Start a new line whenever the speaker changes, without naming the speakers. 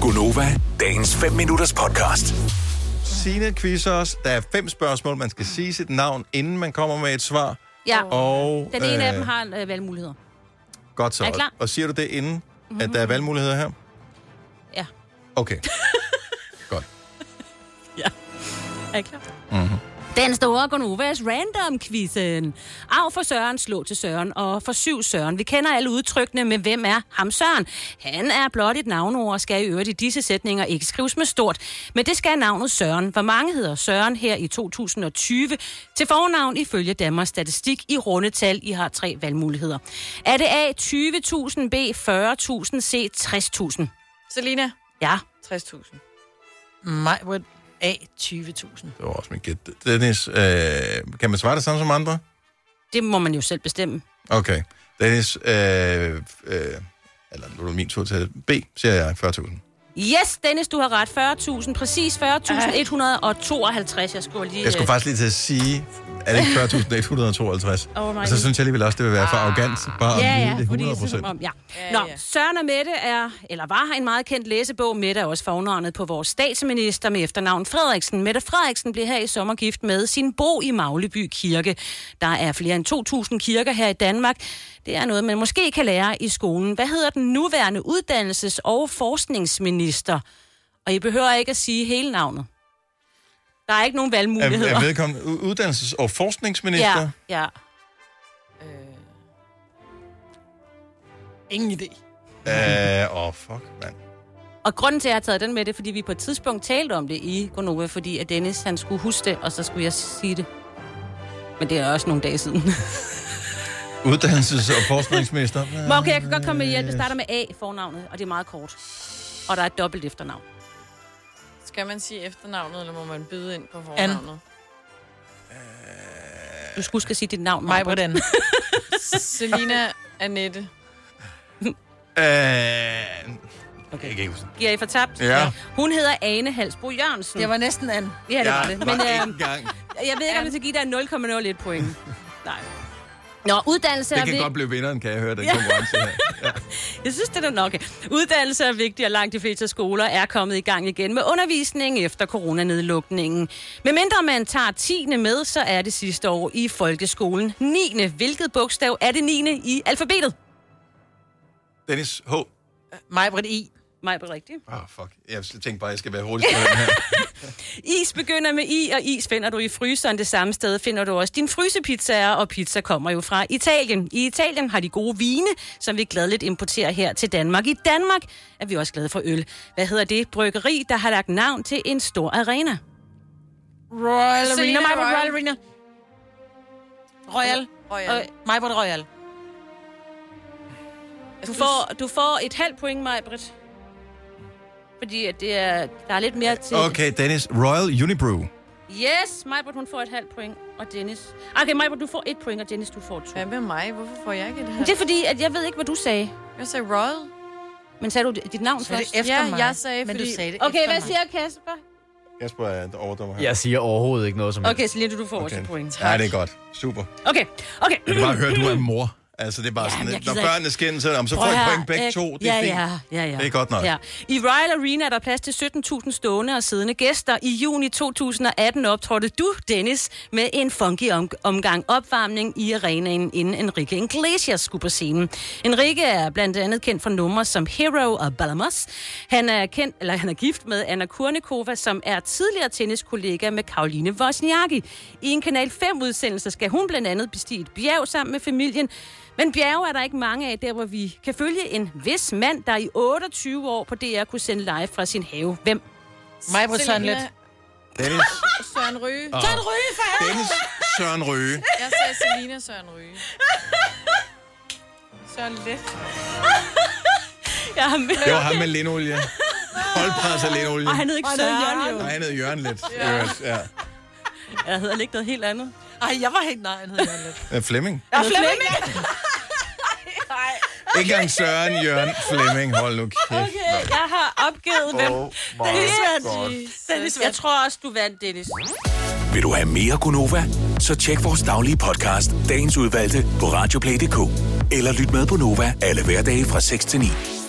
Gunova, dagens 5 minutters podcast.
Signe quizzer os. Der er fem spørgsmål. Man skal sige sit navn, inden man kommer med et svar.
Ja,
Og
den ene af dem har øh, valgmuligheder.
Godt så.
Er I klar?
Og siger du det inden, mm-hmm. at der er valgmuligheder her?
Ja.
Okay. Godt.
Er I klar? Mm-hmm. Den store Gonovas random quizzen. Arv for Søren, slå til Søren og for syv Søren. Vi kender alle udtrykkene, men hvem er ham Søren? Han er blot et navnord og skal i øvrigt i disse sætninger ikke skrives med stort. Men det skal navnet Søren. Hvor mange hedder Søren her i 2020? Til fornavn ifølge Danmarks Statistik i runde tal. I har tre valgmuligheder. Er det A 20.000, B 40.000, C 60.000?
Selina,
Ja.
60.000.
Majwood A. 20.000.
Det var også mit gæt. Dennis, øh, kan man svare det samme som andre?
Det må man jo selv bestemme.
Okay. Dennis, øh, øh, eller nu er det min tur til at- B, siger jeg 40.000.
Yes, Dennis, du har ret. 40.000. Præcis 40.152. Jeg skulle lige...
Jeg skulle faktisk lige til at sige, er det ikke 40.152?
Åh, nej.
Og så synes jeg alligevel også, det vil være for arrogant. Bare
øh,
at
Ja,
vide
ja,
det
fordi jeg
100
synes som om, ja.
Ja,
Nå,
ja.
Søren og Mette er, eller var en meget kendt læsebog. Mette er også fornavnet på vores statsminister med efternavn Frederiksen. Mette Frederiksen blev her i sommer gift med sin bo i Magleby Kirke. Der er flere end 2.000 kirker her i Danmark. Det er noget, man måske kan lære i skolen. Hvad hedder den nuværende uddannelses- og forskningsminister? Og I behøver ikke at sige hele navnet. Der er ikke nogen valgmuligheder.
Er, er vedkommende u- uddannelses- og forskningsminister?
Ja, ja.
Øh,
Ingen idé.
Ja. Åh, oh, fuck, mand.
Og grunden til, at jeg har taget den med, det er, fordi vi på et tidspunkt talte om det i Gonova, fordi at Dennis, han skulle huske det, og så skulle jeg sige det. Men det er også nogle dage siden.
Uddannelses- og forskningsminister. Øh,
Men okay, jeg kan godt komme med hjælp. Det starter med A, fornavnet, og det er meget kort. Og der er et dobbelt efternavn.
skal man sige efternavnet, eller må man byde ind på fornavnet?
Du skulle huske at sige dit navn,
Majwood
Maj-Brit.
N.
Selina Annette.
Øh, okay. Jeg kan ikke huske det.
Giver I fortabt?
Ja.
Hun hedder Ane Halsbro Jørgensen.
Det var næsten N.
Ja, det var det.
var
Men
ikke
øh,
engang.
jeg ved ikke, om jeg skal give dig 0,01 point. Nej. Nå, uddannelse er
Det kan
vi-
godt blive vinderen, kan jeg høre, den konkurrence her. Ja.
Jeg synes, det er nok. Uddannelse er vigtig, og langt de fleste skoler er kommet i gang igen med undervisning efter coronanedlukningen. Men mindre man tager 10. med, så er det sidste år i folkeskolen 9. Hvilket bogstav er det 9. i alfabetet?
Dennis H. Åh,
Majwood I.
Mig på rigtigt.
oh, fuck. Jeg tænkte bare, at jeg skal være hurtigst med den her.
Is begynder med i, og is finder du i fryseren. Det samme sted finder du også din frysepizzaer, og pizza kommer jo fra Italien. I Italien har de gode vine, som vi gladeligt importerer her til Danmark. I Danmark er vi også glade for øl. Hvad hedder det bryggeri, der har lagt navn til en stor arena?
Royal Arena.
Selina
Majwood
Royal.
Royal Arena. Royal.
Og
Og
jeg,
Majwood Royal.
Du får, du får et halvt point, mig, Britt. Fordi at det er, der er lidt mere til...
Okay, Dennis. Royal Unibrew.
Yes, Majbert, hun får et halvt point, og Dennis... Okay, Majbert, du får et point, og Dennis, du får to.
hvad med mig? Hvorfor får jeg ikke det her?
Men det er fordi, at jeg ved ikke, hvad du sagde.
Jeg sagde Royal.
Men sagde du dit navn
Så er
først?
det efter
Ja,
mig.
jeg sagde,
men
fordi-
du sagde det
Okay,
efter
hvad
mig.
siger Kasper?
Kasper er overdommer her.
Jeg siger overhovedet ikke noget som helst.
Okay, så lige du får også et point.
Nej, det er godt. Super.
Okay, okay.
Jeg kan bare høre, at du er mor. Altså, det er bare
Ja,
sådan,
men jeg
at når
gider ikke.
børnene skændes, så, "Nå, men så får
Prøv
jeg
at
point
høre,
begge
ikke?
to. Det er
ja,
fint.
Ja, ja, ja.
Det er godt nok.
Ja. I Royal Arena er der plads til 17.000 stående og siddende gæster. I juni 2018 optrådte du, Dennis, med en funky om- omgang opvarmning i arenaen, inden Enrique Iglesias skulle på scenen. Enrique er blandt andet kendt for numre som Hero og Balamos. Han er, kendt, eller han er gift med Anna Kurnikova, som er tidligere tenniskollega med Karoline Wozniacki. I en Kanal 5-udsendelse skal hun blandt andet bestige et bjerg sammen med familien, men bjerge er der ikke mange af, der hvor vi kan følge en vis mand, der i 28 år på DR kunne sende live fra sin have. Hvem?
Majwood Søren Let.
Dennis,
Søren Ryge.
Søren Røge, Dennis Søren Røge.
Jeg sagde Selina Søren Ryge. Søren Let.
Jeg har med.
Det var ham med linolie. Holdpres af linolie.
Og han hed ikke
Og det er
Søren,
Jørgen,
jo.
Nej, han hed Jørgen lidt. Ja. Ja.
Jeg hedder ikke noget helt andet.
Ej, jeg var helt nej, han hed Jørgen Let.
Øh, Flemming.
Jeg Flemming.
Ikke engang Søren, Jørgen, Flemming. Hold nu kæft.
Okay, jeg har opgivet, hvem. Det er svært. Det er svært. Jeg tror også, du vandt, Dennis.
Vil du have mere Gunova? Så tjek vores daglige podcast, dagens udvalgte, på radioplay.dk. Eller lyt med på Nova alle hverdage fra 6 til 9.